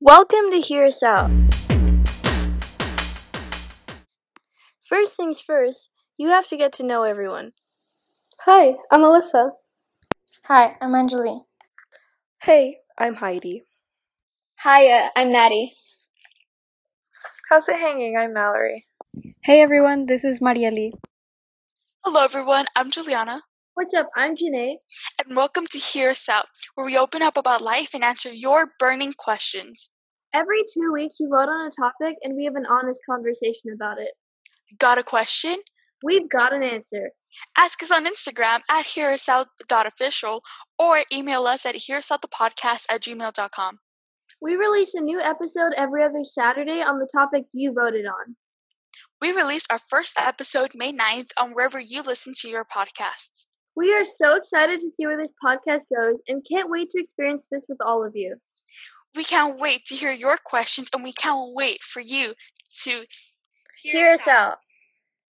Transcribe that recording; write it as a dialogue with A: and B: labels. A: Welcome to Hear Us Out. First things first, you have to get to know everyone.
B: Hi, I'm Alyssa.
C: Hi, I'm Anjali.
D: Hey, I'm Heidi.
E: Hiya, I'm Natty.
F: How's it hanging? I'm Mallory.
G: Hey everyone, this is Marieli.
H: Hello everyone, I'm Juliana.
I: What's up? I'm Janae.
H: And welcome to Hear Us Out, where we open up about life and answer your burning questions.
I: Every two weeks, you vote on a topic and we have an honest conversation about it.
H: Got a question?
I: We've got an answer.
H: Ask us on Instagram at hearusout.official or email us at hearusoutthepodcast at gmail.com.
I: We release a new episode every other Saturday on the topics you voted on.
H: We released our first episode May 9th on wherever you listen to your podcasts.
I: We are so excited to see where this podcast goes and can't wait to experience this with all of you.
H: We can't wait to hear your questions and we can't wait for you to
A: hear, hear us out. out.